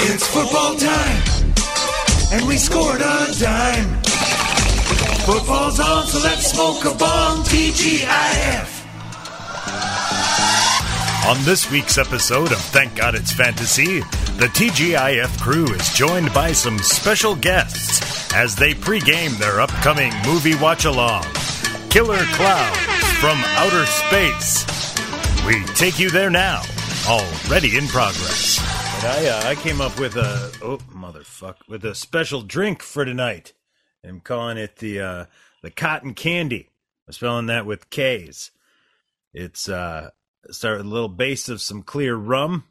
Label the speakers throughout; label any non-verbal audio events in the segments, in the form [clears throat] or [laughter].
Speaker 1: It's football time, and we scored on time. Football's on, so let's smoke a bomb. TGIF.
Speaker 2: On this week's episode of Thank God It's Fantasy, the TGIF crew is joined by some special guests as they pregame their upcoming movie watch along Killer Clouds from Outer Space. We take you there now, already in progress. But I, uh, I came up with a oh motherfuck with a special drink for tonight. I'm calling it the uh, the cotton candy. I'm spelling that with K's. It's uh start with a little base of some clear rum.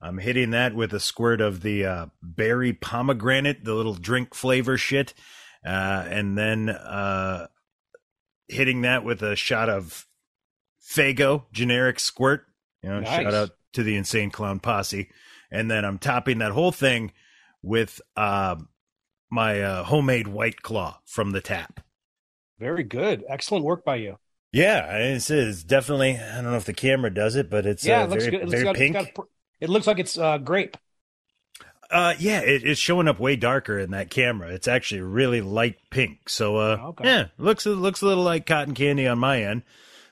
Speaker 2: I'm hitting that with a squirt of the uh, berry pomegranate, the little drink flavor shit, uh, and then uh, hitting that with a shot of Fago generic squirt. You know,
Speaker 3: Nice.
Speaker 2: shout out to the insane clown posse, and then I'm topping that whole thing with uh, my uh, homemade white claw from the tap.
Speaker 3: Very good. Excellent work by you.
Speaker 2: Yeah, it's, it's definitely. I don't know if the camera does it, but it's
Speaker 3: yeah,
Speaker 2: uh,
Speaker 3: it looks
Speaker 2: very,
Speaker 3: good. It looks,
Speaker 2: very
Speaker 3: got- it's
Speaker 2: pink.
Speaker 3: got pr- it looks like it's uh, grape.
Speaker 2: Uh, yeah, it, it's showing up way darker in that camera. It's actually really light pink. So, uh,
Speaker 3: Oh, Okay.
Speaker 2: yeah, looks it looks a little like cotton candy on my end.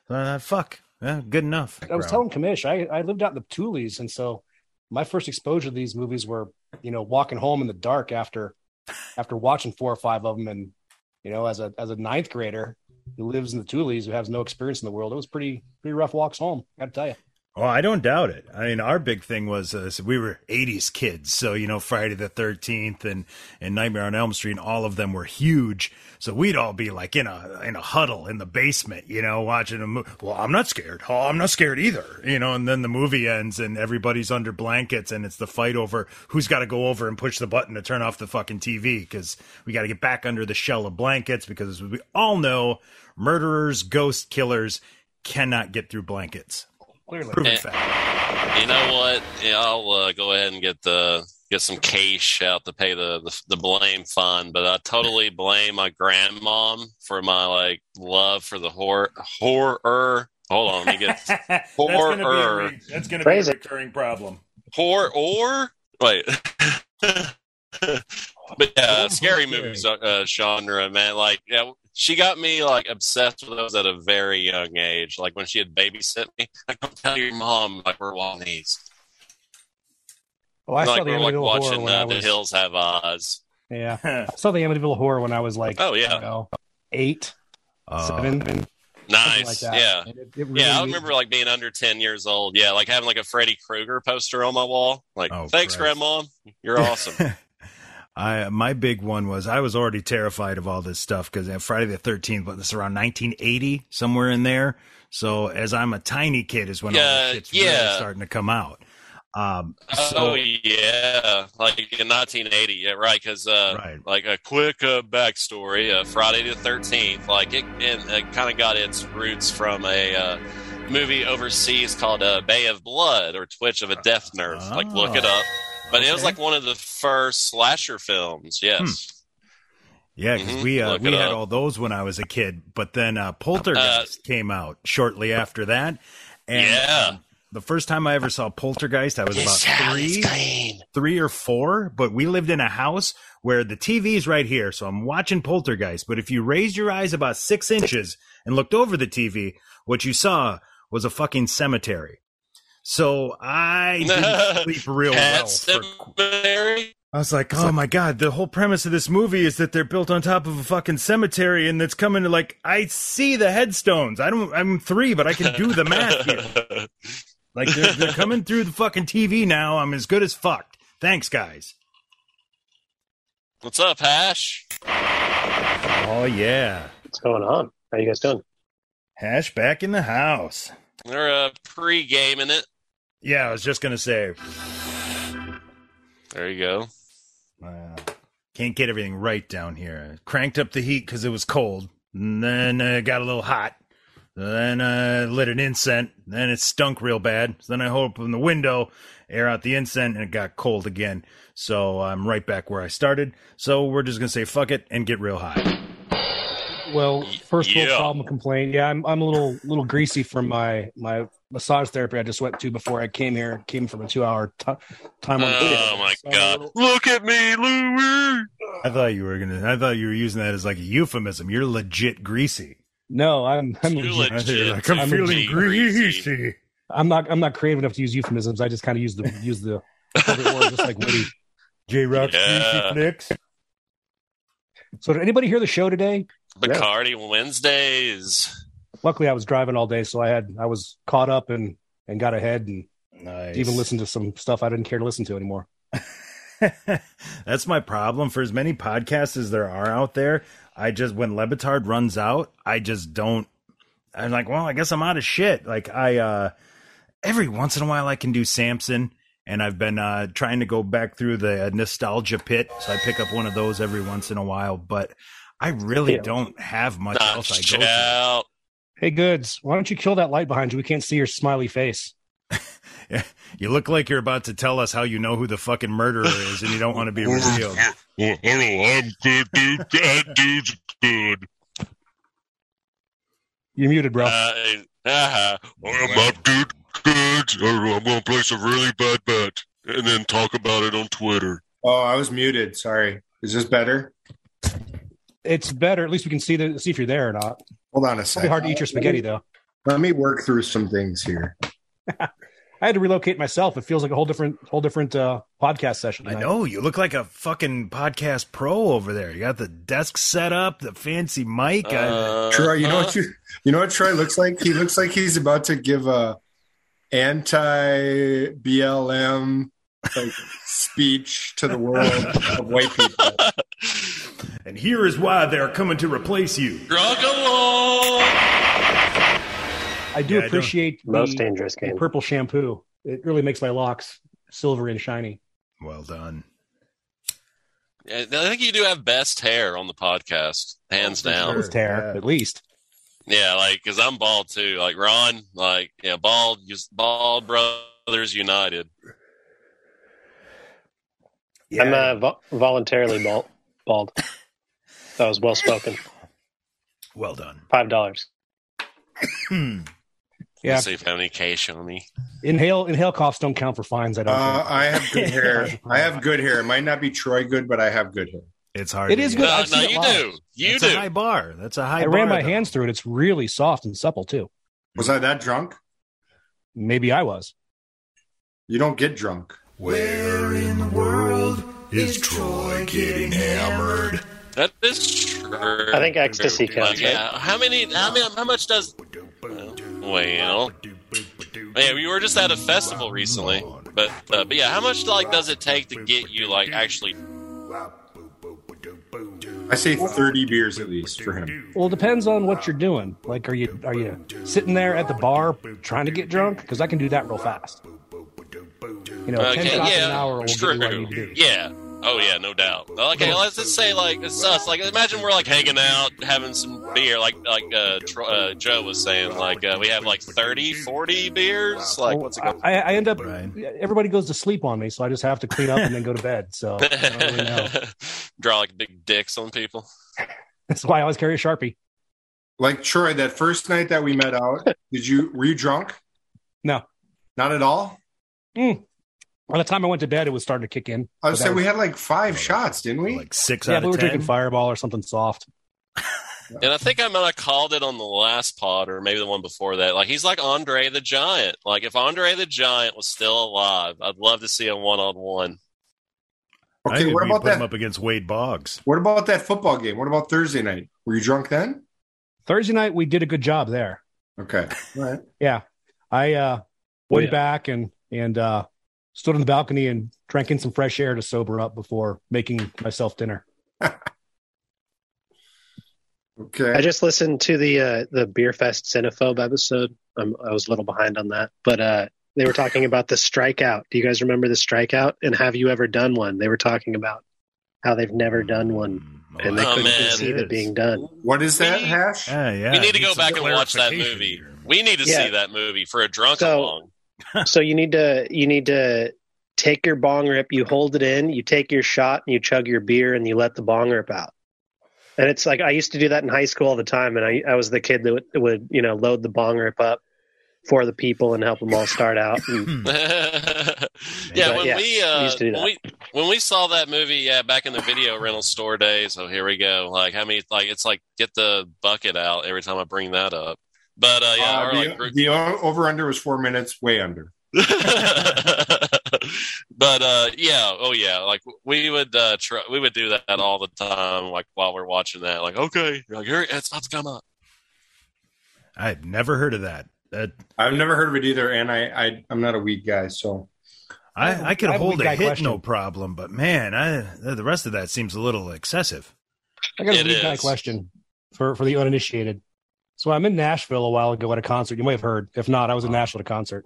Speaker 2: Uh, fuck, yeah, good enough.
Speaker 3: I was telling Kamish, I, I lived out in the Tules, and so my first exposure to these movies were, you know, walking home in the dark after after watching four or five of them, and you know, as a as a ninth grader who lives in the Tules who has no experience in the world, it was pretty pretty rough walks home. Got to tell you,
Speaker 2: Oh, I don't doubt it. I mean, our big thing was uh, so we were '80s kids, so you know, Friday the Thirteenth and and Nightmare on Elm Street, and all of them were huge. So we'd all be like in a in a huddle in the basement, you know, watching a movie. Well, I'm not scared. Oh, I'm not scared either, you know. And then the movie ends, and everybody's under blankets, and it's the fight over who's got to go over and push the button to turn off the fucking TV because we got to get back under the shell of blankets because we all know murderers, ghost killers cannot get through blankets.
Speaker 3: clearly,
Speaker 2: Proven
Speaker 4: Eh.
Speaker 2: fact.
Speaker 4: You know what? Yeah, I'll uh, go ahead and get the get some cash out to pay the, the the blame fund, but I totally blame my grandmom for my like love for the horror horror. Hold on, let
Speaker 3: [laughs]
Speaker 4: me get
Speaker 2: [laughs] that's gonna
Speaker 4: Horror.
Speaker 2: be a re- that's gonna
Speaker 5: Phrase
Speaker 2: be a
Speaker 5: it.
Speaker 2: recurring problem. [laughs]
Speaker 4: horror or wait. [laughs] but yeah, scary movies uh, uh, genre, man. Like, yeah, she got me like obsessed with those at a very young age. Like when she had babysit me, I come tell your mom like we're watching these.
Speaker 3: oh, I
Speaker 4: like
Speaker 3: saw the
Speaker 4: we're like
Speaker 3: Amityville horror
Speaker 4: watching
Speaker 3: when I
Speaker 4: uh, The
Speaker 3: was
Speaker 4: Hills Have Eyes.
Speaker 3: yeah, I saw the Amityville horror when I was like,
Speaker 4: Oh, yeah.
Speaker 3: I don't know, eight,
Speaker 2: Uh,
Speaker 3: seven, something
Speaker 4: Nice,
Speaker 3: like that.
Speaker 4: yeah.
Speaker 3: And it- it really
Speaker 4: yeah, I
Speaker 3: made-
Speaker 4: remember like being under ten years old. Yeah, like having like a Freddy Krueger poster on my wall. Like,
Speaker 2: Oh,
Speaker 4: thanks,
Speaker 2: Christ.
Speaker 4: Grandma,
Speaker 2: [laughs]
Speaker 4: you're awesome.
Speaker 2: I my big one was I was already terrified of all this stuff because Friday the Thirteenth, but it's around 1980 somewhere in there. So as I'm a tiny kid, is when all
Speaker 4: Yeah,
Speaker 2: this shit's really
Speaker 4: yeah.
Speaker 2: starting to come out. Um,
Speaker 4: oh yeah, like in 1980. Yeah, right. Because uh,
Speaker 2: Right.
Speaker 4: like a quick uh, backstory, uh, Friday the 13th. Like it, and it kind of got its roots from a. Uh, Movie overseas called uh, Bay of Blood or Twitch of a Death Nerve. Like, look it up. But
Speaker 2: Ah,
Speaker 4: it was
Speaker 2: okay. Hmm.
Speaker 4: like one of the first slasher films. Yes.
Speaker 2: Yeah, because
Speaker 4: Mhm.
Speaker 2: we uh,
Speaker 4: Look
Speaker 2: we
Speaker 4: it
Speaker 2: had
Speaker 4: up.
Speaker 2: all those when I was a kid, but then uh, Poltergeist came out shortly after that. And
Speaker 4: Yeah.
Speaker 2: um, the first time I ever saw Poltergeist, I was about three,
Speaker 4: clean.
Speaker 2: three or four. But we lived in a house where the TV's right here, so I'm watching Poltergeist. But if you raised your eyes about six inches and looked over the TV, what you saw was a fucking cemetery. So I didn't sleep real well.
Speaker 4: Pet
Speaker 2: For,
Speaker 4: Cemetery?
Speaker 2: I was like, oh my god, the whole premise of this movie is that they're built on top of a fucking cemetery and it's coming to like I see the headstones. I don't I'm three, but I can do the math
Speaker 4: [laughs]
Speaker 2: here. Like they're, they're coming through the fucking TV now. I'm as good as fucked. Thanks, guys.
Speaker 4: What's up, Hash?
Speaker 2: Oh yeah,
Speaker 5: What's going on? How you guys doing?
Speaker 2: hash back in the house.
Speaker 4: They're uh, pre-gaming it.
Speaker 2: Yeah, I was just gonna say,
Speaker 4: There you go.
Speaker 2: uh, can't get everything right down here. Cranked up the heat because it was cold, and then uh, it got a little hot. Then I lit an incense. Then it stunk real bad. then I opened the window, air out the incense, and it got cold again. So I'm right back where I started. So we're just gonna say fuck it and get real hot.
Speaker 3: Well, first world
Speaker 4: yeah.
Speaker 3: problem complaint. Yeah, I'm I'm a little little greasy from my my massage therapy I just went to before I came here came from a two hour t- time on
Speaker 4: Oh my
Speaker 3: So-
Speaker 4: god! Look at me, Louie.
Speaker 2: I thought you were gonna. I thought you were using that as like a euphemism. You're legit greasy.
Speaker 3: No, I'm I'm, [laughs]
Speaker 4: Too
Speaker 3: legit-
Speaker 2: I think you're
Speaker 4: Legit
Speaker 2: like, I'm,
Speaker 3: I'm
Speaker 2: feeling
Speaker 4: legit
Speaker 2: greasy.
Speaker 3: I'm not I'm not creative enough to use euphemisms. I just kind of use the use the other word, just like Woody.
Speaker 2: J Rock
Speaker 4: Yeah.
Speaker 2: greasy flicks.
Speaker 3: So did anybody hear the show today?
Speaker 4: Bacardi Wednesdays.
Speaker 3: Luckily, I was driving all day, so I had I was caught up and and got ahead and
Speaker 2: Nice.
Speaker 3: even listened to some stuff I didn't care to listen to anymore.
Speaker 2: [laughs] That's my problem. For as many podcasts as there are out there, I just when Lebitard runs out, I just don't. I'm like, well, I guess I'm out of shit. Like I, uh every once in a while, I can do Samson, and I've been uh trying to go back through the uh, nostalgia pit, so I pick up one of those every once in a while. But I really
Speaker 5: Yeah.
Speaker 2: don't have much else I go to.
Speaker 4: Out.
Speaker 3: Hey, goods, why don't you kill that light behind you? We can't see your smiley face.
Speaker 2: You look like you're about to tell us how you know who the fucking murderer is, and you don't want to
Speaker 4: [laughs]
Speaker 2: be revealed.
Speaker 6: Hello, I'm good, dude. That dude's good.
Speaker 3: You're muted, bro.
Speaker 4: Uh, uh-huh.
Speaker 6: I'm up, dude. Good. Or I'm going to place a really bad bet and then talk about it on Twitter.
Speaker 7: Oh, I was muted. Sorry. Is this better?
Speaker 3: it's better. At least we can see the see if you're there or not.
Speaker 7: Hold on a
Speaker 3: It'll be
Speaker 7: second.
Speaker 3: hard to eat your spaghetti though.
Speaker 7: Let me work through some things here.
Speaker 3: I had to relocate myself. It feels like a whole different whole different uh, podcast session.
Speaker 2: I
Speaker 3: tonight.
Speaker 2: know you look like a fucking podcast pro over there. You got the desk set up, the fancy mic. I-
Speaker 4: Uh,
Speaker 7: Troy, you know what you you know what Troy looks like? He looks like he's about to give a anti BLM like speech to the world of white
Speaker 3: [laughs]
Speaker 7: people.
Speaker 2: and here is why they're coming to replace you.
Speaker 4: [laughs] Drug along.
Speaker 2: Yeah,
Speaker 3: I do
Speaker 2: I don't-
Speaker 3: appreciate
Speaker 5: Most
Speaker 3: the,
Speaker 5: dangerous
Speaker 3: the
Speaker 5: game.
Speaker 3: purple shampoo. It really makes my locks silvery and shiny.
Speaker 2: Well done.
Speaker 4: I think you do have best hair on the podcast, hands
Speaker 2: Oh, for
Speaker 4: down.
Speaker 2: sure.
Speaker 3: It's hair,
Speaker 2: yeah.
Speaker 3: at least.
Speaker 4: Yeah, like because I'm bald too. Like Ron, like yeah, bald, just bald brothers united.
Speaker 5: I'm uh, vo- voluntarily bald. bald. That was well spoken.
Speaker 2: well done.
Speaker 5: Five dollars.
Speaker 2: Hmm.
Speaker 3: Yeah.
Speaker 4: see if I have any cash on me.
Speaker 3: Inhale inhale coughs don't count for fines. I don't.
Speaker 7: Uh, I have good hair. I have good hair. It might not be Troy good, but I have good hair.
Speaker 2: It's hard.
Speaker 3: It
Speaker 2: to
Speaker 3: is
Speaker 2: get.
Speaker 3: good.
Speaker 4: No,
Speaker 3: I've
Speaker 4: Uh, no,
Speaker 3: seen it
Speaker 4: you
Speaker 3: live.
Speaker 4: do, you
Speaker 2: That's
Speaker 4: do.
Speaker 2: a high bar. That's a high.
Speaker 3: think. I
Speaker 2: bar,
Speaker 3: ran my
Speaker 2: though.
Speaker 3: hands through it. It's really soft and supple too.
Speaker 7: Was I that drunk?
Speaker 3: Maybe I was.
Speaker 7: You don't get drunk.
Speaker 1: Where in the world is Troy getting hammered?
Speaker 4: That is true.
Speaker 5: I think ecstasy counts,
Speaker 4: Like, yeah, how many? How many? How much does? Well, yeah, we were just at a festival recently, but uh, but yeah, how much like does it take to get you like actually?
Speaker 7: I say 30 beers at least for him.
Speaker 3: Well, it depends on what you're doing. Like, are you are you sitting there at the bar trying to get drunk? Because I can do that real fast. You know, ten
Speaker 4: Okay,
Speaker 3: shots an
Speaker 4: yeah,
Speaker 3: hour will get
Speaker 4: true.
Speaker 3: you what you need to do.
Speaker 4: Yeah. Oh yeah, no doubt. Okay, let's just say like it's us. Like imagine we're like hanging out, having some beer. Like like uh, Tro- uh Joe was saying, like uh, we have like 30, 40 beers. Like what's it going?
Speaker 3: I, I end up.
Speaker 2: Brian.
Speaker 3: Everybody goes to sleep on me, so I just have to clean up and then go to bed. So I don't really know.
Speaker 4: [laughs] Draw like big dicks on people.
Speaker 3: that's why I always carry a sharpie.
Speaker 7: Like Troy, that first night that we met out,
Speaker 2: [laughs]
Speaker 7: did you were you drunk?
Speaker 3: No.
Speaker 7: Not at all?
Speaker 3: By the time I went to bed, it was starting to kick in.
Speaker 7: I
Speaker 3: But
Speaker 7: would
Speaker 3: that
Speaker 7: say
Speaker 3: was-
Speaker 7: we had like five shots, didn't we?
Speaker 2: like six
Speaker 3: yeah,
Speaker 2: out
Speaker 3: but we were
Speaker 2: of ten.
Speaker 3: drinking Fireball or something soft.
Speaker 4: And I think I might have called it on the last pod or maybe the one before that. Like he's like Andre the Giant. Like if Andre the Giant was still alive, I'd love to see a one on one.
Speaker 2: I
Speaker 7: okay,
Speaker 2: could
Speaker 7: what
Speaker 2: be-
Speaker 7: about
Speaker 2: put 'em
Speaker 7: that?
Speaker 2: up against Wade Boggs?
Speaker 7: What about that football game? What about Thursday night? Were you drunk then?
Speaker 3: Thursday night, we did a good job there.
Speaker 7: Okay. All right.
Speaker 3: I uh, went
Speaker 5: yeah.
Speaker 3: back and and uh, stood on the balcony and drank in some fresh air to sober up before making myself dinner.
Speaker 5: I
Speaker 7: Okay.
Speaker 5: just listened to the uh, the Beer Fest Cinephobe episode. I'm, I was a little behind on that, but uh, they were talking about the strikeout. Do you guys remember the strikeout? And have you ever done one? They were talking about how they've never done one,
Speaker 2: Mm,
Speaker 5: and they
Speaker 2: well,
Speaker 4: Oh,
Speaker 5: couldn't
Speaker 4: man.
Speaker 5: conceive it being done.
Speaker 7: What is that
Speaker 4: We-
Speaker 7: hash?
Speaker 2: Yeah, yeah.
Speaker 4: we need to
Speaker 2: Need
Speaker 4: go
Speaker 2: some
Speaker 4: back and watch that
Speaker 2: clarification
Speaker 4: movie.
Speaker 2: here.
Speaker 4: We need to
Speaker 5: Yeah.
Speaker 4: see that movie for a drunk
Speaker 5: So-
Speaker 4: along. [laughs]
Speaker 5: so you need to you need to take your bong rip you hold it in you take your shot and you chug your beer and you let the bong rip out and it's like i used to do that in high school all the time and i, I was the kid that would, would you know load the bong rip up for the people and help them all start out. And
Speaker 4: yeah,
Speaker 5: But
Speaker 4: when
Speaker 5: yeah,
Speaker 4: we uh,
Speaker 5: used to do
Speaker 4: when
Speaker 5: that.
Speaker 4: we when we saw that movie, yeah, back in the video rental store days. Oh, here we go. Like how many? Like it's like get the bucket out every time I bring that up. But uh, yeah,
Speaker 7: Uh,
Speaker 4: or, like,
Speaker 7: the,
Speaker 4: group-
Speaker 7: the over under was four minutes, way under.
Speaker 4: [laughs] but uh, yeah, oh yeah, like we would uh, try, we would do that all the time. Like while we're watching that, like okay, You're like here it's about to come up.
Speaker 2: I've never heard of that. That
Speaker 7: I've never heard of it either, and I, I I'm not a weed guy, so
Speaker 2: I, I could
Speaker 3: I have a
Speaker 2: hold
Speaker 3: weak
Speaker 2: a
Speaker 3: guy
Speaker 2: hit
Speaker 3: question.
Speaker 2: no problem, but man, I the rest of that seems a little excessive.
Speaker 3: I got a
Speaker 4: It
Speaker 3: weird guy
Speaker 4: is.
Speaker 3: question for, for the uninitiated. So I'm in Nashville a while ago at a concert. You may have heard. If not, I was in Nashville at a
Speaker 4: [laughs]
Speaker 3: concert.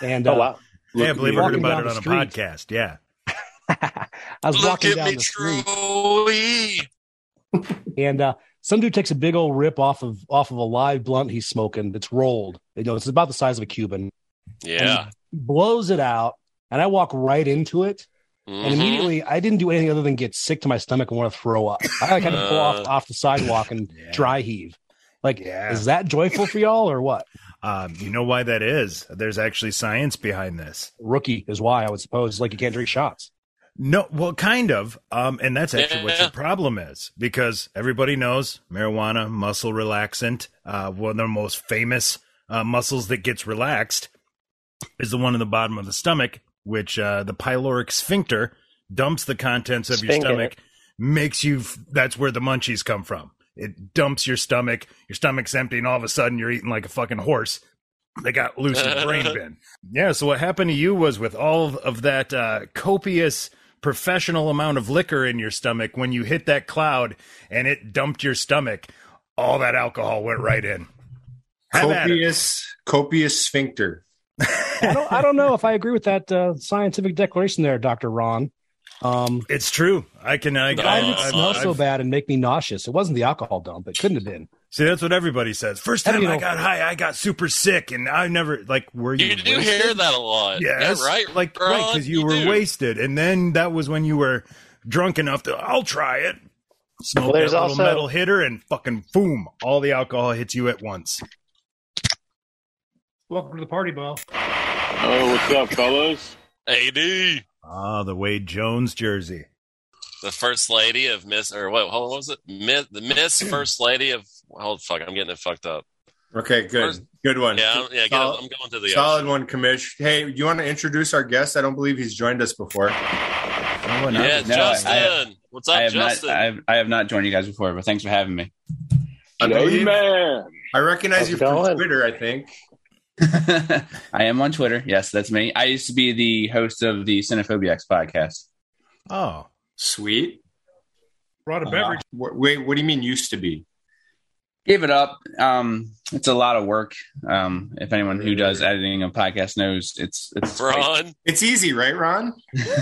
Speaker 3: And uh,
Speaker 5: oh wow,
Speaker 2: Yeah, I
Speaker 7: Look
Speaker 2: believe
Speaker 7: at
Speaker 2: I
Speaker 7: me.
Speaker 2: heard
Speaker 3: Walking
Speaker 2: about
Speaker 3: down
Speaker 2: it on
Speaker 3: the
Speaker 2: a
Speaker 3: street.
Speaker 2: podcast. Yeah.
Speaker 3: [laughs] I was
Speaker 4: Look
Speaker 3: walking
Speaker 4: at
Speaker 3: down
Speaker 4: me,
Speaker 3: the street.
Speaker 4: Troy.
Speaker 3: And uh, some dude takes a big old rip off of off of a live blunt he's smoking that's rolled. You know, it's about the size of a Cuban.
Speaker 4: Yeah.
Speaker 3: Blows it out, and I walk right into it. And
Speaker 4: Mhm.
Speaker 3: immediately, I didn't do anything other than get sick to my stomach and want to throw up. I like, had to pull off
Speaker 4: Uh.
Speaker 3: off the sidewalk [laughs] and
Speaker 2: Yeah.
Speaker 3: dry heave. Like,
Speaker 2: Yeah.
Speaker 3: is that joyful for y'all or what?
Speaker 2: Um, you know why that is? There's actually science behind this.
Speaker 3: Rookie is why I would suppose. Like, you can't drink shots.
Speaker 2: No, well, kind of. Um, and that's actually what
Speaker 4: Yeah.
Speaker 2: your problem is because everybody knows marijuana, muscle relaxant, uh, one of the most famous uh, muscles that gets relaxed is the one in the bottom of the stomach, which uh, the pyloric sphincter dumps the contents of your
Speaker 5: Sphincter.
Speaker 2: stomach, makes you, f- that's where the munchies come from. It dumps your stomach, your stomach's empty, and all of a sudden you're eating like a fucking horse. They got loose in the brain bin. Yeah, so what happened to you was with all of that uh, copious professional amount of liquor in your stomach when you hit that cloud and it dumped your stomach, all that alcohol went right in. Have at it.
Speaker 7: copious copious sphincter.
Speaker 3: I don't, I don't know if I agree with that uh, scientific declaration there, Dr. Ron. Um,
Speaker 2: It's true. I can. I,
Speaker 4: No,
Speaker 3: why
Speaker 2: I,
Speaker 3: did it
Speaker 4: I've-
Speaker 3: smell so
Speaker 2: I've-
Speaker 3: bad and make me nauseous? It wasn't the alcohol dump. It couldn't have been.
Speaker 2: See, that's what everybody says. First
Speaker 3: Have
Speaker 2: time
Speaker 3: you
Speaker 2: I
Speaker 3: know-
Speaker 2: got high, I got super sick, and I never like. Were you?
Speaker 4: You do
Speaker 2: wasted?
Speaker 4: hear that a lot.
Speaker 2: Yes,
Speaker 4: Yeah, right.
Speaker 2: Like right
Speaker 4: Ron?
Speaker 2: because you, were
Speaker 4: do.
Speaker 2: wasted, and then that was when you were drunk enough to. I'll try it. Smoke
Speaker 5: Well, there's
Speaker 2: that
Speaker 5: also-
Speaker 2: little metal hitter, and fucking boom, all the alcohol hits you at once.
Speaker 3: Welcome to the party, Bo.
Speaker 8: Oh, what's up, fellas?
Speaker 4: AD,
Speaker 2: Ah, the Wade Jones jersey.
Speaker 4: the first lady of Miss, or what, what was it? Miss,
Speaker 3: [clears throat]
Speaker 4: the Miss First Lady of, hold fuck, I'm getting it fucked up.
Speaker 7: Okay,
Speaker 4: First-
Speaker 7: good, good one.
Speaker 4: Yeah, I'm, yeah, get
Speaker 7: Solid-
Speaker 4: it. I'm going to the
Speaker 7: Solid one, Kamish. Hey, you want to introduce our guest? I don't believe he's joined us before.
Speaker 2: Someone else-
Speaker 4: Yeah,
Speaker 8: Oh, No, I-
Speaker 4: Justin.
Speaker 8: I-
Speaker 4: What's up,
Speaker 8: I have
Speaker 4: Justin?
Speaker 8: not. I have, I have not joined you guys before, but thanks for having me.
Speaker 7: I, believe,
Speaker 8: man.
Speaker 7: I recognize
Speaker 5: How's
Speaker 7: you
Speaker 5: it
Speaker 7: from
Speaker 5: going?
Speaker 7: Twitter. I think.
Speaker 8: I am on Twitter. Yes, that's me. I used to be the host of the Cinephobiacs podcast.
Speaker 2: Oh,
Speaker 7: Sweet.
Speaker 3: Brought a
Speaker 8: beverage.
Speaker 7: Uh, Wh- Wait, what do you mean used to be?
Speaker 8: Gave it up. Um, it's a lot of work. Um, if anyone who does editing a podcast knows, it's it's
Speaker 4: Ron,
Speaker 7: It's easy, right, Ron?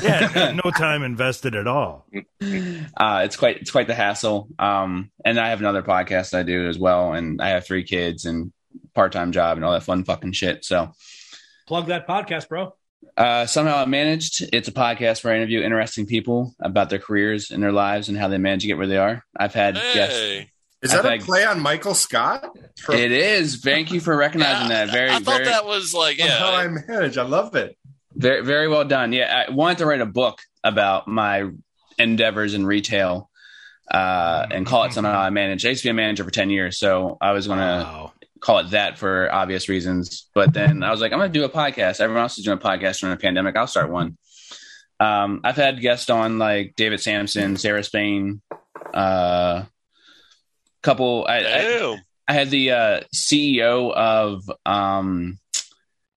Speaker 2: yeah, no time invested at all.
Speaker 8: uh, it's quite it's quite the hassle. Um, and I have another podcast I do as well, and I have three kids and part time job and all that fun fucking shit. So
Speaker 3: Plug that podcast, bro.
Speaker 8: uh, somehow I managed. It's a podcast where I interview interesting people about their careers and their lives and how they manage to get where they are. I've had guests.
Speaker 4: hey.
Speaker 7: Is
Speaker 8: I
Speaker 7: that a
Speaker 8: think-
Speaker 7: play on Michael Scott? From [laughs]
Speaker 8: It is. Thank you for recognizing
Speaker 4: Yeah,
Speaker 8: that. Very,
Speaker 4: I thought
Speaker 8: very,
Speaker 4: that was like,
Speaker 7: How
Speaker 4: yeah.
Speaker 7: I Manage. I love it.
Speaker 8: very, very well done. Yeah, I wanted to write a book about my endeavors in retail uh, and call it
Speaker 4: Mm-hmm.
Speaker 8: somehow I manage. I used to be a manager for ten years, so I was going to
Speaker 2: Wow.
Speaker 8: call it that for obvious reasons. But then I was like, I'm going to do a podcast. Everyone else is doing a podcast during a pandemic. I'll start one. Um, I've had guests on like David Sampson, Sarah Spain, uh, couple. I, I,
Speaker 4: Damn.
Speaker 8: I had the uh, CEO of um,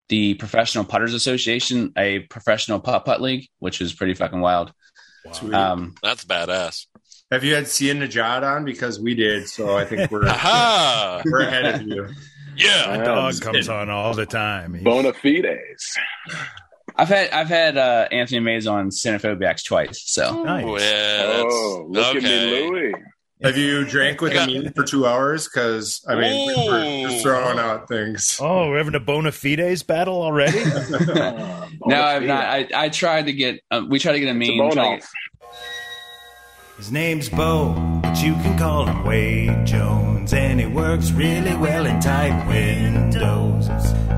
Speaker 8: the Professional Putters Association, a professional putt putt league, which is pretty fucking wild.
Speaker 7: Sweet.
Speaker 8: Um,
Speaker 4: That's badass.
Speaker 7: Have you had Sia Najad on? Because we did, so I think
Speaker 4: [laughs]
Speaker 7: we're
Speaker 4: Aha!
Speaker 7: we're ahead of you.
Speaker 4: Yeah.
Speaker 2: My dog comes on all the time. He-
Speaker 9: Bona fides.
Speaker 8: I've had I've had uh, Anthony Mays on Cinephobiacs twice, so
Speaker 2: Nice.
Speaker 4: Oh, yeah. That's,
Speaker 9: oh, look
Speaker 4: okay.
Speaker 9: at me,
Speaker 7: [laughs]
Speaker 9: Louis.
Speaker 7: Have you drank with Amin for two hours? Because I mean, we we're just
Speaker 4: Ooh.
Speaker 7: throwing out things.
Speaker 2: Oh, we're having a bona fides battle
Speaker 8: [laughs]
Speaker 2: already?
Speaker 9: Uh,
Speaker 8: No,
Speaker 9: bona
Speaker 8: I've
Speaker 9: fide.
Speaker 8: not. I, I tried to get. Um, we tried to get a
Speaker 9: It's a
Speaker 8: meme.
Speaker 9: bone
Speaker 8: tried to
Speaker 9: off.
Speaker 8: get-
Speaker 2: His name's Bo, but
Speaker 10: but you can call him Wade Jones, and he works really well in tight windows.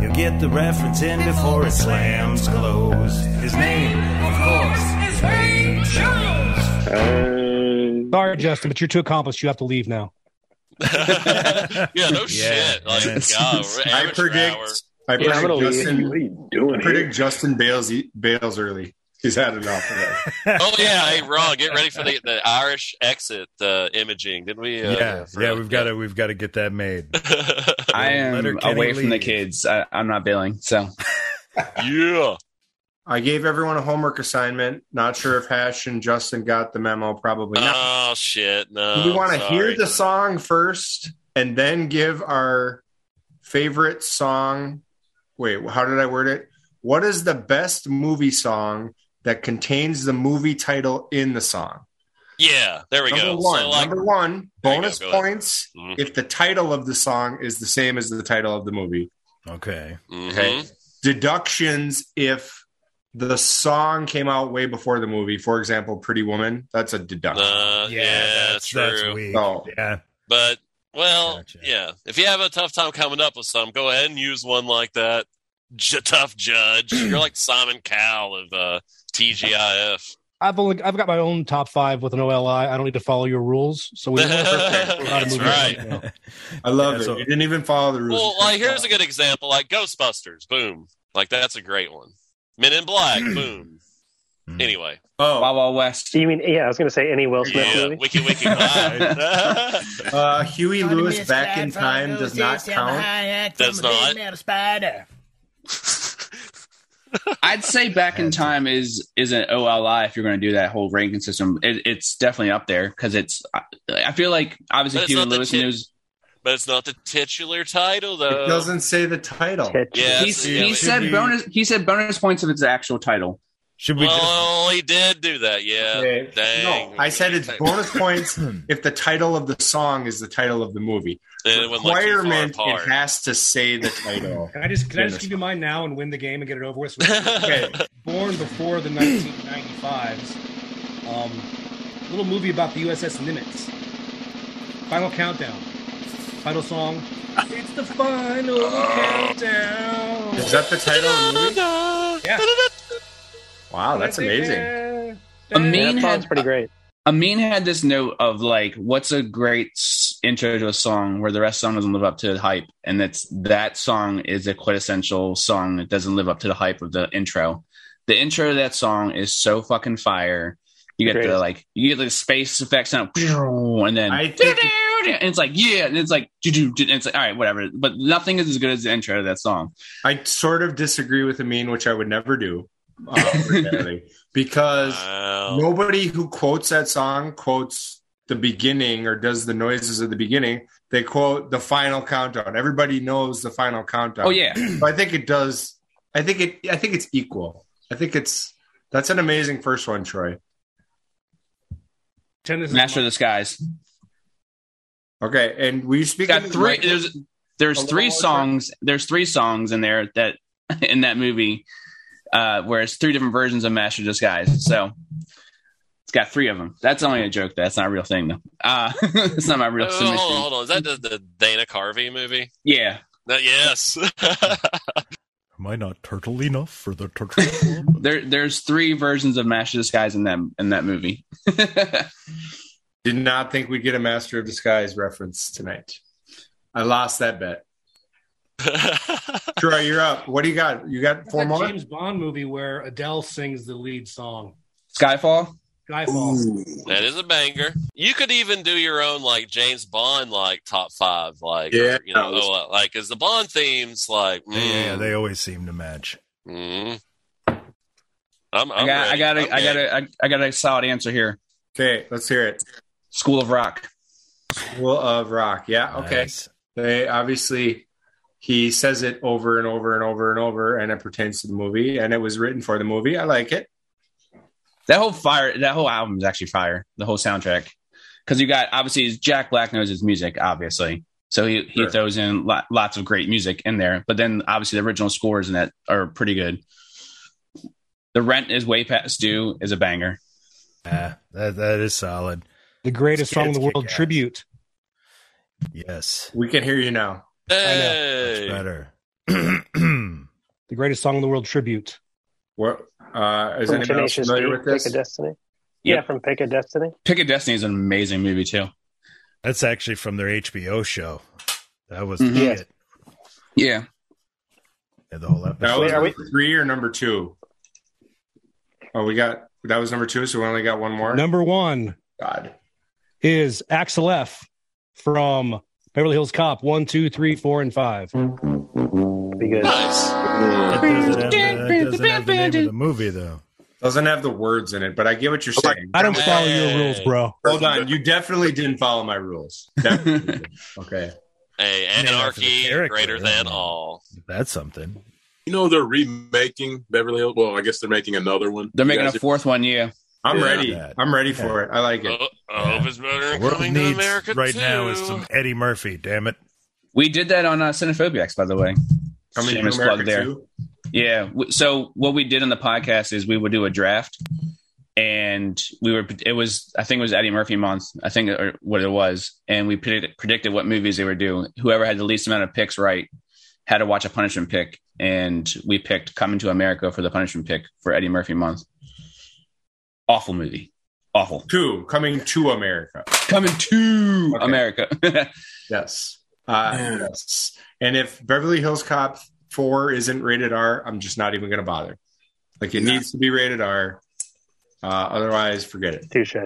Speaker 10: You'll get the reference in before it slams closed. His
Speaker 4: [laughs]
Speaker 10: name, of course, is Wade Jones.
Speaker 3: Sorry, Justin, but you're too accomplished. You have to leave now.
Speaker 4: [laughs] yeah, no shit. Like,
Speaker 3: man.
Speaker 4: God, we're
Speaker 7: I
Speaker 4: amateur
Speaker 7: predict.
Speaker 4: hour.
Speaker 7: I
Speaker 5: Yeah, I'm
Speaker 7: predict
Speaker 5: gonna leave.
Speaker 7: Justin.
Speaker 9: What are you doing
Speaker 7: I predict Justin bails bails early. He's had enough of it.
Speaker 4: Oh yeah, hey Raw, get ready for the, the Irish exit uh, imaging. Didn't we? Uh,
Speaker 2: yeah,
Speaker 4: for-
Speaker 2: yeah, we've got to we've got to get that made.
Speaker 8: I am
Speaker 2: Letterkenny
Speaker 8: away from the
Speaker 2: leaves.
Speaker 8: kids. I, I'm not bailing. So
Speaker 4: yeah.
Speaker 7: [laughs] I gave everyone a homework assignment. Not sure if Hash and Justin got the memo. Probably not.
Speaker 4: [laughs] Oh shit! No.
Speaker 7: we want to hear
Speaker 4: sorry.
Speaker 7: the song first and then give our favorite song. Wait, how did I word it? What is the best movie song that contains the movie title in the song?
Speaker 4: Yeah, there we
Speaker 7: number
Speaker 4: go.
Speaker 7: one,
Speaker 4: So, like,
Speaker 7: number one,
Speaker 4: There you
Speaker 7: bonus
Speaker 4: go, go ahead.
Speaker 7: points
Speaker 4: Mhm,
Speaker 7: if the title of the song is the same as the title of the movie.
Speaker 2: Okay.
Speaker 4: mhm.
Speaker 7: Okay. Deductions if the song came out way before the movie. For example, Pretty Woman. That's a deduction.
Speaker 4: Uh, yeah,
Speaker 2: that's,
Speaker 4: true.
Speaker 2: that's weak.
Speaker 7: Oh.
Speaker 2: Yeah.
Speaker 4: But well,
Speaker 2: Gotcha.
Speaker 4: yeah. If you have a tough time coming up with some, go ahead and use one like that. J- tough
Speaker 7: [clears throat]
Speaker 4: judge. You're like Simon Cowell of uh, TGIF.
Speaker 3: I've only I've got my own top five with an OLI. I don't need to follow your rules. So
Speaker 4: [laughs]
Speaker 3: we Not a
Speaker 4: that's
Speaker 3: movie
Speaker 4: right.
Speaker 3: right now.
Speaker 7: I love
Speaker 2: Yeah,
Speaker 7: it.
Speaker 2: so-
Speaker 7: you didn't even follow the rules.
Speaker 4: Well, like here's a good example, like Ghostbusters, boom. Like that's a great one. Men in
Speaker 7: [clears throat]
Speaker 4: Black, boom.
Speaker 2: Mm.
Speaker 4: Anyway,
Speaker 7: oh,
Speaker 8: Wild Wild West.
Speaker 11: [laughs]
Speaker 5: You mean yeah? I was gonna say any Will Smith
Speaker 4: yeah,
Speaker 5: movie.
Speaker 4: wiki wiki. bye.
Speaker 7: [laughs] Uh, Huey Lewis back in time does not count.
Speaker 4: Does not.
Speaker 8: I'd say back in time is is an OLI if you're going to do that whole ranking system. It, it's definitely up there because it's. I, I feel like obviously
Speaker 4: But it's
Speaker 8: Huey
Speaker 4: not the
Speaker 8: Lewis
Speaker 4: tip-
Speaker 8: knows.
Speaker 4: [laughs] But it's not the titular title though.
Speaker 7: It doesn't say the title.
Speaker 4: Yeah,
Speaker 8: He's,
Speaker 4: so, yeah,
Speaker 8: he
Speaker 4: like-
Speaker 8: said
Speaker 2: Should be-
Speaker 8: bonus. He said bonus points if it's the actual title.
Speaker 2: Should we
Speaker 4: Well, uh, he did do that. Yeah.
Speaker 7: Okay.
Speaker 4: Dang.
Speaker 7: No, I
Speaker 4: [laughs]
Speaker 7: said it's bonus points
Speaker 2: just
Speaker 7: if the title of the song is the title of the movie.
Speaker 4: And it went, like, too far
Speaker 7: Requirement:
Speaker 4: apart.
Speaker 7: it has to say the title.
Speaker 3: Can I just can I just
Speaker 7: Goodness.
Speaker 3: give you mine now and win the game and get it over with?
Speaker 8: [laughs]
Speaker 7: Okay,
Speaker 3: born before the 1995s. Um, little movie about the USS Nimitz. Final countdown. Title song. It's the final countdown.
Speaker 7: is that the title of the movie?
Speaker 3: Yeah.
Speaker 7: Wow, that's amazing.
Speaker 8: Amazing.
Speaker 5: that song's pretty great.
Speaker 8: Amin had this note of like, what's a great s- intro to a song where the rest of the song doesn't live up to the hype, and that's that song is a quintessential song that doesn't live up to the hype of the intro. The intro to that song is so fucking fire. You get
Speaker 5: Great.
Speaker 8: the like, you get the space effects sound, and [laughs] then
Speaker 7: I think-
Speaker 8: [laughs] and it's like yeah, and it's like [laughs] and it's like all right, whatever. But nothing is as good as the intro to that song.
Speaker 7: I sort of disagree with Amin, which I would never do, [laughs] uh, really, because
Speaker 4: Wow.
Speaker 7: nobody who quotes that song quotes the beginning or does the noises of the beginning. They quote the final countdown. Everybody knows the final countdown. [clears throat]
Speaker 8: Oh yeah,
Speaker 7: So I think it does. I think it. I think it's equal. I think it's. That's an amazing first one, Troy.
Speaker 3: Tennis
Speaker 8: Master of the Skies.
Speaker 7: Okay, and we speak
Speaker 8: got three. There's there's
Speaker 7: A
Speaker 8: three
Speaker 7: larger-
Speaker 8: songs. There's three songs in there that [laughs] in that movie, uh, where it's three different versions of Master Disguise. So it's got three of them. That's only a joke. That's not a real thing though. Uh, [laughs] it's not my real
Speaker 4: Oh,
Speaker 8: submission.
Speaker 4: hold on, hold on. Is that the, the Dana Carvey movie?
Speaker 8: Yeah,
Speaker 4: That, yes. [laughs]
Speaker 2: Am I not turtle enough for the turtle? [laughs]
Speaker 4: [laughs]
Speaker 2: club?
Speaker 8: there there's three versions of Master Disguise in that in that movie. [laughs]
Speaker 7: Did not think we'd get a Master of Disguise reference tonight. I lost that bet. Troy, you're up. What do you got? You got four more.
Speaker 3: James Bond movie where Adele sings the lead song.
Speaker 8: Skyfall.
Speaker 3: Skyfall.
Speaker 4: that is a banger. You could even do your own like James Bond like top five, like
Speaker 7: Yeah.
Speaker 4: you know, oh, like is the Bond themes like mm,
Speaker 2: yeah, they always seem to match.
Speaker 4: mm. I'm, I'm
Speaker 8: I got I
Speaker 4: ready.
Speaker 8: got
Speaker 4: I'm
Speaker 8: a, I got
Speaker 4: ready.
Speaker 8: a, I, I got a solid answer here.
Speaker 7: Okay, let's hear it.
Speaker 8: School of Rock.
Speaker 7: School of Rock. Yeah. Okay.
Speaker 2: Nice.
Speaker 7: They obviously he says it over and over and over and over, and it pertains to the movie, and it was written for the movie. I like it.
Speaker 8: That whole fire, that whole album is actually fire. The whole soundtrack, because you got obviously Jack Black knows his music, obviously, so he he
Speaker 7: Sure.
Speaker 8: throws in lot, lots of great music in there. But then obviously the original scores in that are pretty good. The rent is way past due is a banger.
Speaker 2: Yeah, that that is solid.
Speaker 3: the greatest song in the world tribute.
Speaker 2: Yes.
Speaker 7: We can hear you now.
Speaker 4: Hey.
Speaker 2: Better. [clears throat]
Speaker 3: The greatest song in the world tribute.
Speaker 7: What uh, is
Speaker 11: From
Speaker 7: anybody else
Speaker 11: Tenacious D,
Speaker 7: familiar with
Speaker 11: Pick
Speaker 7: this?
Speaker 11: a Destiny.
Speaker 8: Yep.
Speaker 11: Yeah, from Pick a Destiny.
Speaker 8: Pick a Destiny is an amazing movie too.
Speaker 2: That's actually from their HBO show. That was
Speaker 4: Mm-hmm.
Speaker 8: Mhm.
Speaker 2: it.
Speaker 8: Yeah,
Speaker 2: Yeah, the whole
Speaker 7: That was
Speaker 2: episode.
Speaker 11: Are we-
Speaker 7: number three or number two? Oh, we got that was number two, so we only got one more.
Speaker 3: Number one
Speaker 7: God,
Speaker 3: is Axel F from Beverly Hills Cop one, two, three, four, and five.
Speaker 11: Be good.
Speaker 4: Nice.
Speaker 2: That doesn't have, the, that doesn't have the name of the movie though.
Speaker 7: doesn't have the words in it, but I get what you're saying.
Speaker 3: I don't follow your
Speaker 4: Hey.
Speaker 3: rules, bro.
Speaker 7: Hold on, you definitely didn't follow my rules. Definitely
Speaker 8: [laughs]
Speaker 7: didn't. okay,
Speaker 4: Hey,
Speaker 2: after the
Speaker 4: anarchy
Speaker 2: character,
Speaker 4: greater
Speaker 2: yeah.
Speaker 4: than all.
Speaker 2: That's something.
Speaker 9: You know they're remaking Beverly Hills. Well, I guess they're making another one.
Speaker 8: they're
Speaker 9: You
Speaker 8: making a
Speaker 9: guys-
Speaker 8: fourth one. Yeah,
Speaker 7: I'm
Speaker 9: Yeah.
Speaker 7: ready. I'm ready for it. I like it.
Speaker 4: Oh, I hope it's better
Speaker 2: The
Speaker 4: than
Speaker 2: world
Speaker 4: coming to
Speaker 2: needs
Speaker 4: America
Speaker 2: right
Speaker 4: too.
Speaker 2: now is some Eddie Murphy. Damn it!
Speaker 8: we did that on uh, Cinephobiax, by the way.
Speaker 7: Coming to
Speaker 8: Oh, Shameless
Speaker 7: America
Speaker 8: plug there.
Speaker 7: too.
Speaker 8: Yeah. w- So what we did in the podcast is we would do a draft, and we were. It was I think it was Eddie Murphy month. I think or what it was, and we predicted, predicted what movies they would do. Whoever had the least amount of picks right had to watch a punishment pick, and we picked Coming to America for the punishment pick for Eddie Murphy month. Awful movie. Awful.
Speaker 7: Two coming to America.
Speaker 8: Coming to
Speaker 7: Okay.
Speaker 8: America. [laughs]
Speaker 7: Yes. Uh,
Speaker 9: Man.
Speaker 7: yes. And if Beverly Hills Cop 4 isn't rated R, I'm just not even going to bother. Like it needs to be rated R. Uh, otherwise, forget it.
Speaker 11: Touche.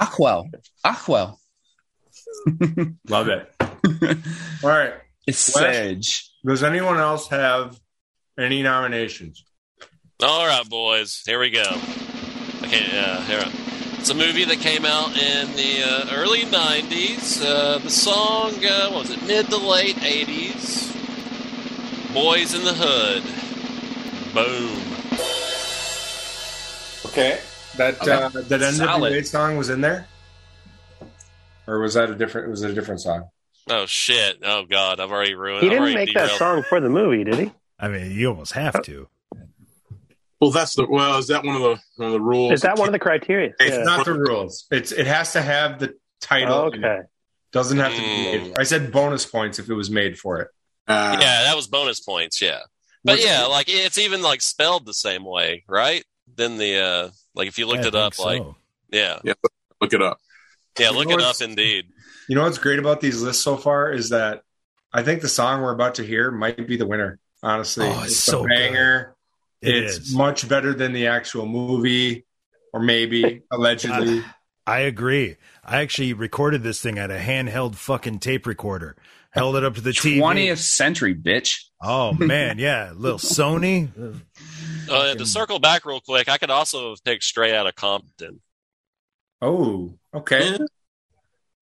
Speaker 8: Aquel.
Speaker 2: [laughs]
Speaker 8: Aquel.
Speaker 7: Love it. All right.
Speaker 8: It's
Speaker 7: Flash-
Speaker 8: Sage.
Speaker 7: Does anyone else have any nominations?
Speaker 4: All right, boys, here we go. Okay, uh, here. It's a movie that came out in the uh, early '90s. Uh, the song uh, what was it mid to late '80s. Boys in the Hood. Boom.
Speaker 7: Okay. That
Speaker 8: Okay.
Speaker 7: uh, that
Speaker 8: Solid.
Speaker 7: NWA song was in there? Or was that a different was it a different song?
Speaker 4: Oh shit! Oh god, I've already ruined.
Speaker 11: He
Speaker 4: I've
Speaker 11: didn't
Speaker 4: already
Speaker 11: make that
Speaker 4: derailed-
Speaker 11: song for the movie, did he?
Speaker 2: I mean, you almost have to.
Speaker 9: Well, that's the. Well, is that one of the one of the rules?
Speaker 11: Is that one of the criteria?
Speaker 9: It's
Speaker 11: Yeah.
Speaker 7: It's not the rules. It's it has to have the title.
Speaker 11: Oh,
Speaker 7: in it.
Speaker 11: okay.
Speaker 7: Doesn't have to be
Speaker 4: Mm.
Speaker 7: made. I said bonus points if it was made for it.
Speaker 9: Uh,
Speaker 4: Yeah, that was bonus points. Yeah, but
Speaker 7: Which-
Speaker 4: yeah, like it's even like spelled the same way, right? Then the uh like if you looked
Speaker 2: Yeah,
Speaker 4: it
Speaker 2: I
Speaker 4: up,
Speaker 2: think
Speaker 4: like
Speaker 2: so.
Speaker 4: yeah,
Speaker 9: Look it up.
Speaker 4: yeah, look it up
Speaker 7: Yours-
Speaker 4: indeed.
Speaker 7: You know what's great about these lists so far is that I think the song we're about to hear might be the winner. Honestly,
Speaker 2: Oh, it's
Speaker 7: a
Speaker 2: so good.
Speaker 7: banger.
Speaker 2: It
Speaker 7: it's
Speaker 2: is.
Speaker 7: much better than the actual movie,
Speaker 2: [laughs]
Speaker 7: or maybe allegedly.
Speaker 2: I agree. I actually recorded this thing at a handheld fucking tape recorder. Held it up to the TV.
Speaker 8: 20th century, bitch.
Speaker 2: Oh man, yeah, little Sony.
Speaker 4: Uh, to circle back real quick, I could also have picked straight out of Compton.
Speaker 7: Oh, okay,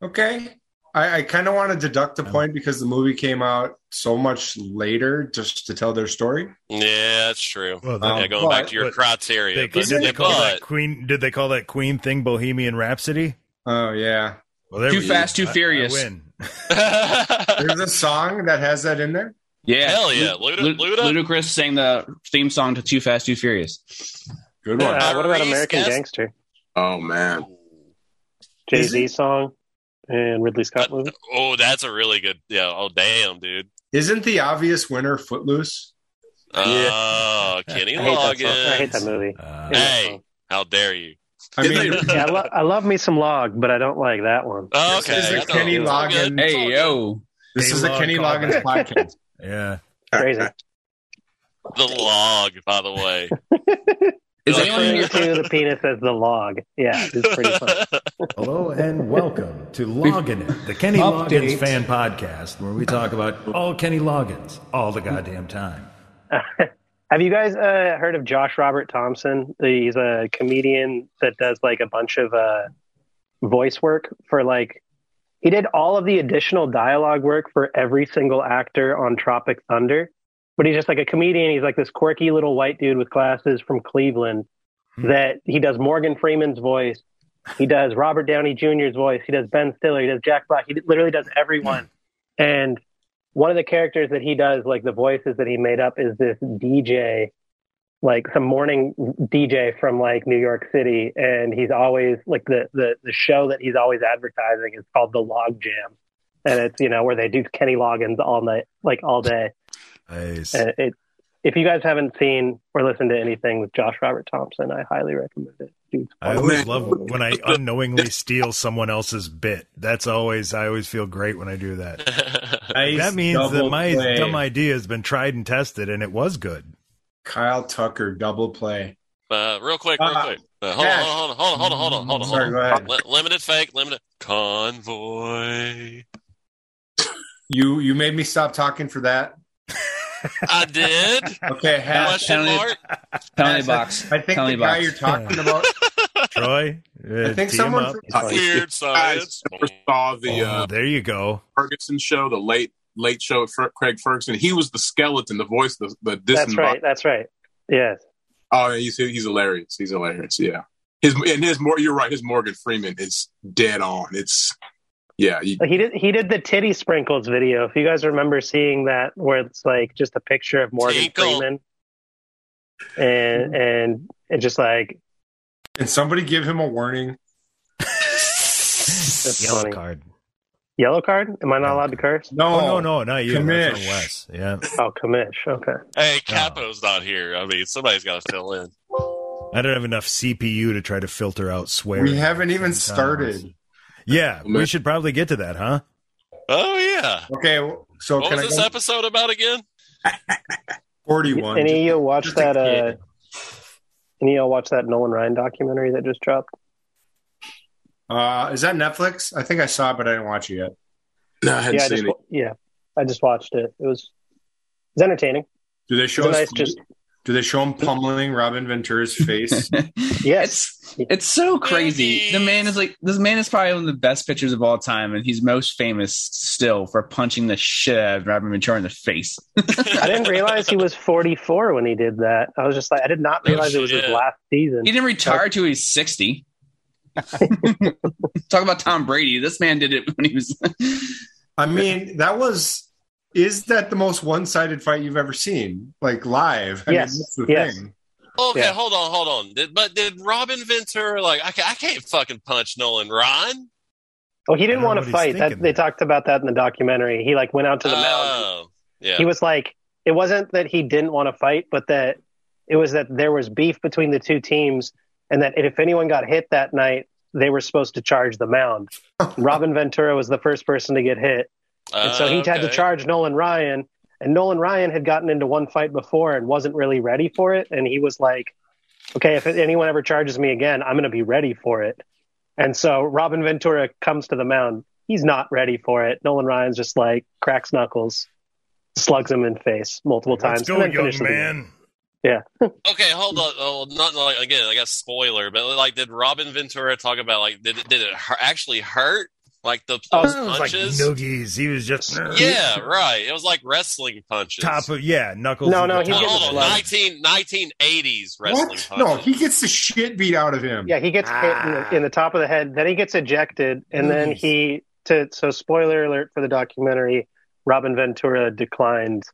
Speaker 7: okay. I, I kind of want to deduct a point because the movie came out so much later, just to tell their story.
Speaker 4: Yeah, that's true.
Speaker 2: Well,
Speaker 7: Um,
Speaker 4: yeah, going back to your
Speaker 2: but-
Speaker 4: criteria,
Speaker 2: Oh, They,
Speaker 4: but,
Speaker 2: did they call that
Speaker 4: but
Speaker 2: Queen? Did they call that Queen thing Bohemian Rhapsody?
Speaker 7: Oh yeah,
Speaker 2: Well, there
Speaker 8: Too
Speaker 2: we
Speaker 8: Fast,
Speaker 2: go.
Speaker 8: Too
Speaker 2: I- I
Speaker 8: Furious.
Speaker 2: win.
Speaker 4: [laughs]
Speaker 7: there's a song that has that in there.
Speaker 8: Yeah.
Speaker 4: Hell yeah.
Speaker 8: Lu-
Speaker 4: Luda-
Speaker 8: Lu-
Speaker 4: Luda?
Speaker 8: Ludacris sang the theme song to Too Fast, Too Furious.
Speaker 7: Good one.
Speaker 11: Uh, what about
Speaker 4: Tyrese
Speaker 11: American
Speaker 4: Cas-
Speaker 11: Gangster?
Speaker 9: Oh man.
Speaker 11: Jay Z song and Ridley Scott movie.
Speaker 4: oh, that's a really good. Yeah. Oh, damn, dude.
Speaker 7: Isn't the obvious winner Footloose?
Speaker 4: Oh, Kenny
Speaker 11: [laughs] I hate, that song. I hate that
Speaker 4: Loggins.
Speaker 11: movie.
Speaker 2: Uh,
Speaker 11: that
Speaker 4: Hey,
Speaker 11: song.
Speaker 4: how dare you?
Speaker 7: I
Speaker 9: Did
Speaker 7: mean,
Speaker 9: they-
Speaker 11: Yeah, I, lo- I love me some log, but I don't like that one.
Speaker 4: Oh,
Speaker 7: This
Speaker 4: okay.
Speaker 7: is a
Speaker 4: I thought
Speaker 7: Kenny
Speaker 4: it was all good.
Speaker 7: Loggins-
Speaker 4: It's all
Speaker 8: Hey,
Speaker 4: good.
Speaker 8: yo.
Speaker 7: This is a
Speaker 2: Log
Speaker 7: Kenny
Speaker 2: callback.
Speaker 7: Loggins podcast.
Speaker 2: yeah,
Speaker 11: Crazy.
Speaker 4: The log, by the way. [laughs]
Speaker 8: Is
Speaker 4: Oh,
Speaker 8: anyone
Speaker 4: yeah.
Speaker 8: in
Speaker 11: Referring
Speaker 8: here?
Speaker 11: to the penis as the log. Yeah, it's pretty fun.
Speaker 2: Hello and welcome to Loggin' It, the Kenny
Speaker 3: Update.
Speaker 2: Loggins fan podcast, where we talk about all Kenny Loggins all the goddamn time.
Speaker 11: [laughs] Have you guys uh, heard of Josh Robert Thompson? He's a comedian that does like a bunch of uh, voice work for like. He did all of the additional dialogue work for every single actor on Tropic Thunder, but he's just like a comedian. He's like this quirky little white dude with glasses from Cleveland that he does Morgan Freeman's voice, he does Robert Downey Jr.'s voice, he does Ben Stiller, he does Jack Black, he literally does everyone. And one of the characters that he does, like the voices that he made up, is this DJ like some morning DJ from like New York City, and he's always like the the the show that he's always advertising is called the Log Jam, and it's you know where they do Kenny Loggins all night, like all day.
Speaker 12: Nice.
Speaker 11: And it, if you guys haven't seen or listened to anything with Josh Robert Thompson, I highly recommend it. Dude,
Speaker 2: I always love when I unknowingly steal someone else's bit. That's always I always feel great when I do that. that means that
Speaker 7: double
Speaker 2: my
Speaker 7: play.
Speaker 2: dumb idea has been tried and tested, and it was good.
Speaker 7: Kyle Tucker double play.
Speaker 4: Uh, real quick, real
Speaker 7: Ah,
Speaker 4: quick. Uh, hold, on,
Speaker 7: Cash.
Speaker 4: hold on, hold on, hold on, hold on, hold on,
Speaker 7: Sorry,
Speaker 4: hold
Speaker 7: go
Speaker 4: on.
Speaker 7: ahead.
Speaker 4: Li- limited fake, limited convoy.
Speaker 7: You you made me stop talking for that.
Speaker 4: I did.
Speaker 7: Okay, hash.
Speaker 4: Question
Speaker 7: Penalty-
Speaker 4: mark. [laughs]
Speaker 8: Penalty
Speaker 7: Hash-
Speaker 8: box.
Speaker 7: I think
Speaker 8: Penalty
Speaker 7: the guy
Speaker 8: box.
Speaker 7: you're talking about.
Speaker 2: Troy, uh,
Speaker 7: [laughs] I think
Speaker 2: tee him
Speaker 7: someone
Speaker 2: up.
Speaker 9: Uh, if
Speaker 4: Weird science.
Speaker 9: you ever saw the
Speaker 2: Oh,
Speaker 9: uh,
Speaker 2: there you go.
Speaker 9: Ferguson show, the late late show with Fer- Craig Ferguson. He was the skeleton, the voice, the the
Speaker 11: that's right.
Speaker 9: disembodied.
Speaker 11: That's right. Yes.
Speaker 9: Oh, he's he's hilarious. He's hilarious. Yeah, his and his more. You're right. His Morgan Freeman is dead on. It's yeah. You,
Speaker 11: He did. He did the titty sprinkles video. If you guys remember seeing that, where it's like just a picture of Morgan
Speaker 4: Tinkle.
Speaker 11: Freeman, and and and just like
Speaker 7: Can somebody give him a warning?
Speaker 11: that's
Speaker 12: Yellow
Speaker 11: funny.
Speaker 12: card.
Speaker 11: Yellow card? Am I not allowed to curse?
Speaker 7: No,
Speaker 2: Oh, no, no, not you. That's
Speaker 7: Kamish.
Speaker 2: on Wes. Yeah,
Speaker 11: Oh, commish. Okay.
Speaker 4: Hey, Capo's not here. I mean, somebody's got to fill in.
Speaker 2: I don't have enough CPU to try to filter out swearing.
Speaker 7: We haven't even
Speaker 2: Sometimes.
Speaker 7: started.
Speaker 2: Yeah, we should probably get to that, huh?
Speaker 4: Oh yeah.
Speaker 7: Okay, well, so
Speaker 4: What
Speaker 7: Oh, can
Speaker 4: was
Speaker 7: I
Speaker 4: this
Speaker 7: go
Speaker 4: episode about again?
Speaker 7: forty-one?
Speaker 11: Any of you watch
Speaker 7: just a
Speaker 11: that? Uh, any of y'all watch that Nolan Ryan documentary that just dropped?
Speaker 7: Uh, is that Netflix? I think I saw it, but I didn't watch it yet.
Speaker 9: no, I hadn't
Speaker 11: Yeah, I
Speaker 9: seen
Speaker 11: just,
Speaker 9: it.
Speaker 11: wa- yeah, I just watched it. It was it's entertaining.
Speaker 7: Do they
Speaker 11: It
Speaker 7: show
Speaker 11: was a
Speaker 7: us?
Speaker 11: nice, just
Speaker 7: do they show him pummeling Robin Ventura's
Speaker 11: [laughs]
Speaker 7: face?
Speaker 11: yes.
Speaker 8: It's, it's so crazy. The man is like this man is probably one of the best pitchers of all time, and he's most famous still for punching the shit out of Robert Ventura in the face.
Speaker 11: I didn't realize he was 44 when he did that. I was just like, I did not
Speaker 4: Oh,
Speaker 11: realize it was his
Speaker 4: shit.
Speaker 11: last season.
Speaker 8: He didn't retire till he's
Speaker 4: [laughs]
Speaker 8: sixty. Talk about Tom Brady. This man did it when he was. [laughs]
Speaker 7: I mean, that was. Is that the most one-sided fight you've ever seen, like live? I
Speaker 11: Yes,
Speaker 7: mean, that's the
Speaker 11: yes.
Speaker 7: thing.
Speaker 4: Oh, Okay,
Speaker 11: Yeah.
Speaker 4: hold on, hold on. Did, but did Robin Ventura like I, ca- I can't fucking punch Nolan Ryan?
Speaker 11: Oh, he
Speaker 2: I
Speaker 11: didn't
Speaker 2: don't
Speaker 11: want
Speaker 2: know
Speaker 11: to
Speaker 2: what he's
Speaker 11: fight. That,
Speaker 2: thinking
Speaker 11: they
Speaker 2: there.
Speaker 11: talked about that in the documentary. He like went out to the mound.
Speaker 4: Oh, yeah.
Speaker 11: He was like, it wasn't that he didn't want to fight, but that it was that there was beef between the two teams, and that if anyone got hit that night, they were supposed to charge
Speaker 2: [laughs]
Speaker 11: the mound. Robin Ventura was the first person to get hit, and so he had to
Speaker 4: Uh, Okay.
Speaker 11: charge Nolan Ryan. And Nolan Ryan had gotten into one fight before and wasn't really ready for it. And he was like, okay, if anyone ever charges me again, I'm going to be ready for it. And so Robin Ventura comes to the mound. He's not ready for it. Nolan Ryan's just like cracks knuckles, slugs him in face multiple times.
Speaker 2: Let's go,
Speaker 11: and then
Speaker 2: young
Speaker 11: finishes the game.
Speaker 2: man.
Speaker 4: Okay, hold on. Oh, not like again. I got spoiler, but like, did Robin Ventura talk about like did did it hu- actually hurt? Like the
Speaker 11: Oh,
Speaker 4: those
Speaker 2: It was like
Speaker 4: punches?
Speaker 2: noogies. He was just
Speaker 4: yeah, right. It was like wrestling punches.
Speaker 2: top of yeah knuckles.
Speaker 11: No,
Speaker 2: to
Speaker 11: no,
Speaker 2: the
Speaker 11: he's
Speaker 2: top.
Speaker 11: getting
Speaker 4: hold on,
Speaker 11: slugged.
Speaker 4: 19, 1980s wrestling
Speaker 7: What?
Speaker 4: punches.
Speaker 7: No, he gets the shit beat out of him.
Speaker 11: Yeah, he gets hit in the, in
Speaker 8: Ah.
Speaker 11: the top of the head. Then he gets ejected, and then
Speaker 2: Nice.
Speaker 11: he to so spoiler alert for the documentary. Robin Ventura declined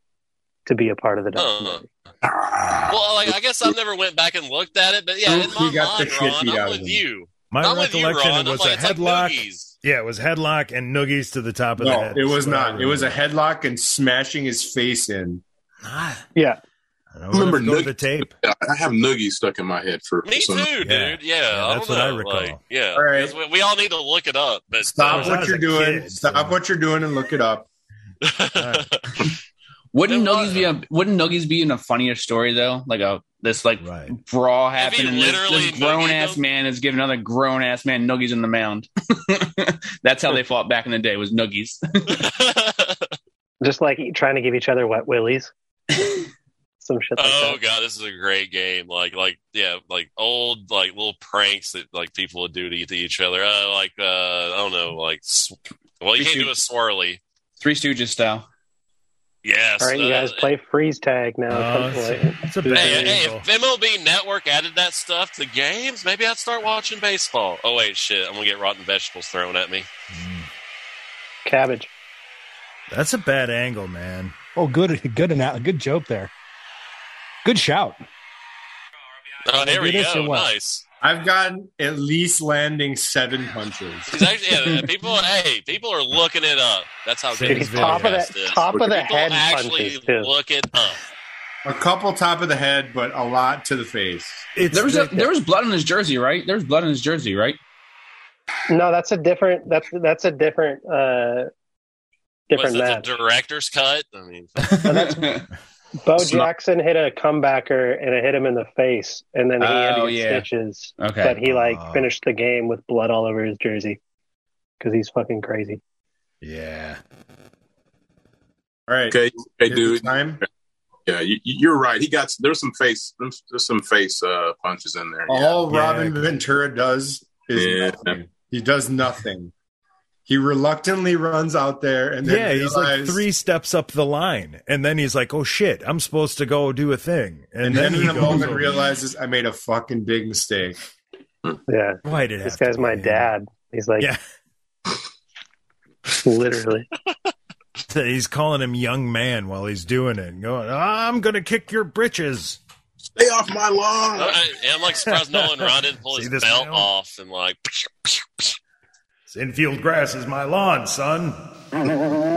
Speaker 11: to be a part of the
Speaker 4: Oh.
Speaker 11: documentary.
Speaker 4: Well, like, I guess I never went back and looked at it, but yeah, in
Speaker 7: He
Speaker 4: my
Speaker 7: got the
Speaker 4: mind,
Speaker 7: shit
Speaker 4: Ron,
Speaker 7: beat out
Speaker 4: I'm
Speaker 7: of
Speaker 4: with
Speaker 7: him.
Speaker 4: you.
Speaker 2: My
Speaker 4: I'm with you,
Speaker 2: recollection
Speaker 4: Ron.
Speaker 2: was
Speaker 4: I'm
Speaker 2: a
Speaker 4: like, it's like
Speaker 2: headlock.
Speaker 4: noogies.
Speaker 2: yeah, it was headlock and noogies to the top of the
Speaker 7: No,
Speaker 2: head.
Speaker 7: it was
Speaker 2: That's what I
Speaker 7: not. It was a
Speaker 2: remember.
Speaker 7: headlock and smashing his face in.
Speaker 11: Yeah,
Speaker 2: I don't remember
Speaker 9: Remember
Speaker 2: go to
Speaker 9: noogies.
Speaker 2: the tape.
Speaker 9: I I have noogies stuck in my head for
Speaker 4: Me
Speaker 9: some-
Speaker 4: too,
Speaker 2: Yeah.
Speaker 4: dude. Yeah,
Speaker 2: Yeah,
Speaker 4: I
Speaker 2: that's
Speaker 4: don't
Speaker 2: what I
Speaker 4: know,
Speaker 2: recall.
Speaker 4: like, yeah,
Speaker 7: All right.
Speaker 4: Because we, we all need to look it up. But
Speaker 7: Stop
Speaker 2: was
Speaker 7: what
Speaker 2: as
Speaker 7: you're
Speaker 2: a
Speaker 7: doing.
Speaker 2: kid,
Speaker 7: Stop
Speaker 2: so-
Speaker 7: what you're doing and look it up.
Speaker 4: uh,
Speaker 8: Wouldn't
Speaker 4: It was.
Speaker 8: Nuggies be a Wouldn't Nuggies be in a funnier story though? Like a this like
Speaker 2: Right.
Speaker 8: brawl
Speaker 4: If he
Speaker 8: happened, and this,
Speaker 4: literally
Speaker 8: this grown
Speaker 4: nuggied
Speaker 8: ass
Speaker 4: him?
Speaker 8: man is giving another grown ass man Nuggies in the mound. [laughs] That's how they fought back in the day. Was Nuggies?
Speaker 11: just like trying to give each other wet willies, some shit
Speaker 4: [laughs]
Speaker 11: like
Speaker 4: oh
Speaker 11: that.
Speaker 4: god, this is a great game. Like, like, yeah, like old like little pranks that like people would do to, to each other. Uh, like, uh, I don't know, like, sw- well, you
Speaker 8: Did
Speaker 4: can't
Speaker 8: you-
Speaker 4: do a swirly.
Speaker 8: [laughs] Three Stooges style.
Speaker 4: Yes.
Speaker 11: All right, you
Speaker 4: uh,
Speaker 11: guys play freeze tag now.
Speaker 2: Oh,
Speaker 11: Come
Speaker 2: it's,
Speaker 11: play.
Speaker 2: it's a
Speaker 11: Hey,
Speaker 2: bad
Speaker 4: Hey, hey,
Speaker 2: angle.
Speaker 4: if MLB Network added that stuff to games, maybe I'd start watching baseball. Oh wait, shit, I'm gonna get rotten vegetables thrown at me.
Speaker 11: Cabbage.
Speaker 2: That's a bad angle, man.
Speaker 3: Oh, good, good, ana- good joke there. Good shout.
Speaker 4: Oh, there
Speaker 7: do
Speaker 4: we
Speaker 7: this
Speaker 4: go.
Speaker 7: or what?
Speaker 4: Nice.
Speaker 7: I've gotten at least landing seven punches.
Speaker 4: He's actually, yeah, people. Hey, people are looking it up. That's how good
Speaker 7: Dude,
Speaker 4: this
Speaker 7: he's top of
Speaker 4: podcast
Speaker 7: the-
Speaker 4: is.
Speaker 7: top of the
Speaker 4: people
Speaker 7: head
Speaker 4: actually
Speaker 7: punches, too.
Speaker 4: look it up.
Speaker 7: A couple top of the head, but a lot to the face.
Speaker 8: there was there was blood on his jersey, right? There was blood on his jersey, [laughs] right?
Speaker 11: No, that's a different. That's that's a different. Uh,
Speaker 4: Was
Speaker 11: different
Speaker 4: it
Speaker 11: match.
Speaker 4: the director's cut? I
Speaker 7: [laughs]
Speaker 4: mean,
Speaker 11: Bo
Speaker 4: It's not-
Speaker 11: Jackson hit a comebacker and it hit him in the face, and then he had
Speaker 8: Oh,
Speaker 11: to get
Speaker 8: yeah.
Speaker 11: stitches.
Speaker 8: Okay.
Speaker 11: but he like finished the game with blood all over his jersey because he's fucking crazy.
Speaker 9: Yeah.
Speaker 7: All right.
Speaker 9: Okay. Hey,
Speaker 7: Is it
Speaker 9: dude.
Speaker 7: Time.
Speaker 9: Yeah, you, you're right. He got there's some face there's some face uh, punches in there.
Speaker 7: All
Speaker 9: yeah.
Speaker 7: Robin Ventura does is
Speaker 9: Yeah.
Speaker 7: nothing. He does nothing. He reluctantly runs out there and then
Speaker 2: yeah, he's like
Speaker 7: realizes-
Speaker 2: three steps up the line, and then he's like, "Oh shit, I'm supposed to go do a thing," and,
Speaker 7: and, then,
Speaker 2: he
Speaker 7: in a
Speaker 2: goes
Speaker 7: moment
Speaker 2: over.
Speaker 7: realizes I made a fucking big mistake.
Speaker 11: Yeah.
Speaker 2: "Oh, Why did it
Speaker 11: this guy's my dad? He's like,
Speaker 2: Yeah.
Speaker 11: literally.
Speaker 2: that [laughs] he's calling him young man while he's doing it, and going, "I'm gonna kick your britches."
Speaker 9: Stay off my lawn.
Speaker 4: I, I'm like surprised Nolan Ryan didn't pull
Speaker 2: See
Speaker 4: his
Speaker 2: this
Speaker 4: belt
Speaker 2: now?
Speaker 4: off and like. [laughs]
Speaker 2: This infield grass is my lawn, son.